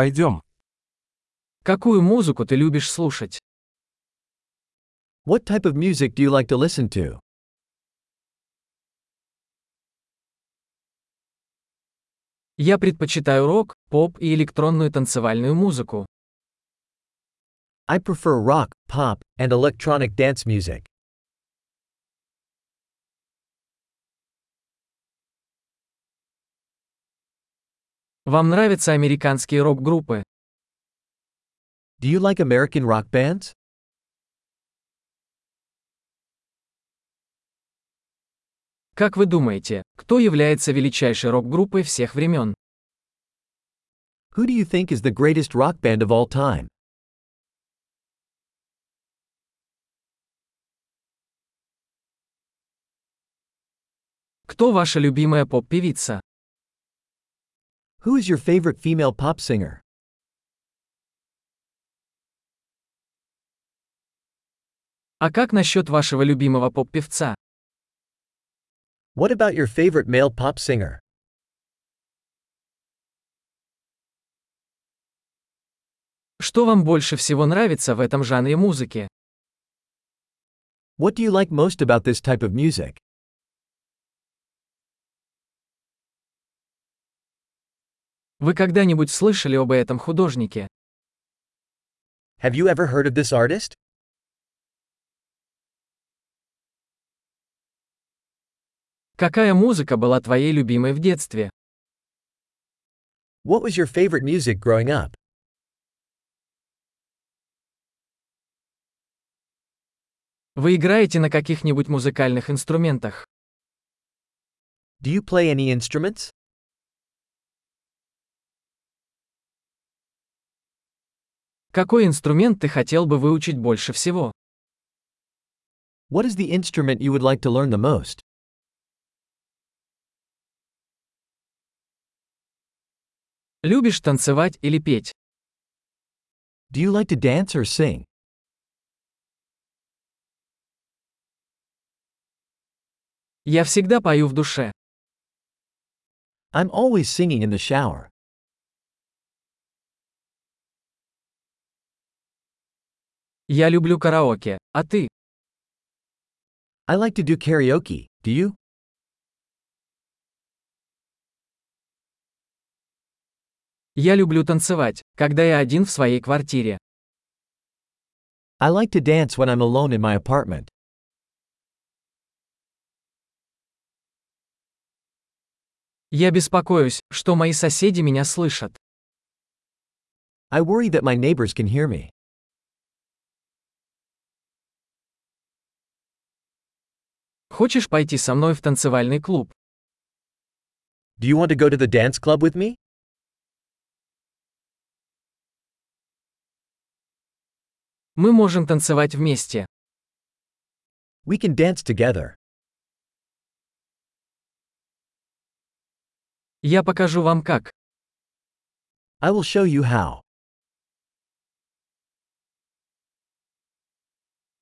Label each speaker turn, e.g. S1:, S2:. S1: Пойдем.
S2: Какую музыку ты любишь слушать?
S3: What type of music do you like to listen to?
S2: Я предпочитаю рок, поп и электронную танцевальную музыку.
S3: I prefer rock, pop, and electronic dance music.
S2: Вам нравятся американские рок-группы?
S3: Do you like American rock bands?
S2: Как вы думаете, кто является величайшей рок-группой всех времен?
S3: Who do you think is the greatest rock band of all time?
S2: Кто ваша любимая поп-певица?
S3: Who is your favorite female pop singer?
S2: А как насчет вашего любимого поп-певца?
S3: What about your favorite male pop singer?
S2: Что вам больше всего нравится в этом жанре музыки?
S3: What do you like most about this type of music?
S2: Вы когда-нибудь слышали об этом художнике?
S3: Have you ever heard of this artist?
S2: Какая музыка была твоей любимой в детстве?
S3: What was your favorite music growing up?
S2: Вы играете на каких-нибудь музыкальных инструментах?
S3: Do you play any instruments?
S2: Какой инструмент ты хотел бы выучить больше всего?
S3: What is the instrument you would like to learn the most?
S2: Любишь танцевать или петь?
S3: Do you like to dance or sing?
S2: Я всегда пою в душе.
S3: I'm always singing in the shower.
S2: Я люблю караоке. А ты?
S3: I like to do karaoke, do you?
S2: Я люблю танцевать, когда я один в своей квартире.
S3: I like to dance when I'm alone in my apartment.
S2: Я беспокоюсь, что мои соседи меня слышат.
S3: I worry that my neighbors can hear me.
S2: Хочешь пойти со мной в танцевальный клуб?
S3: Do you want to go to the dance club with me?
S2: Мы можем танцевать вместе.
S3: We can dance together.
S2: Я покажу вам как.
S3: I will show you how.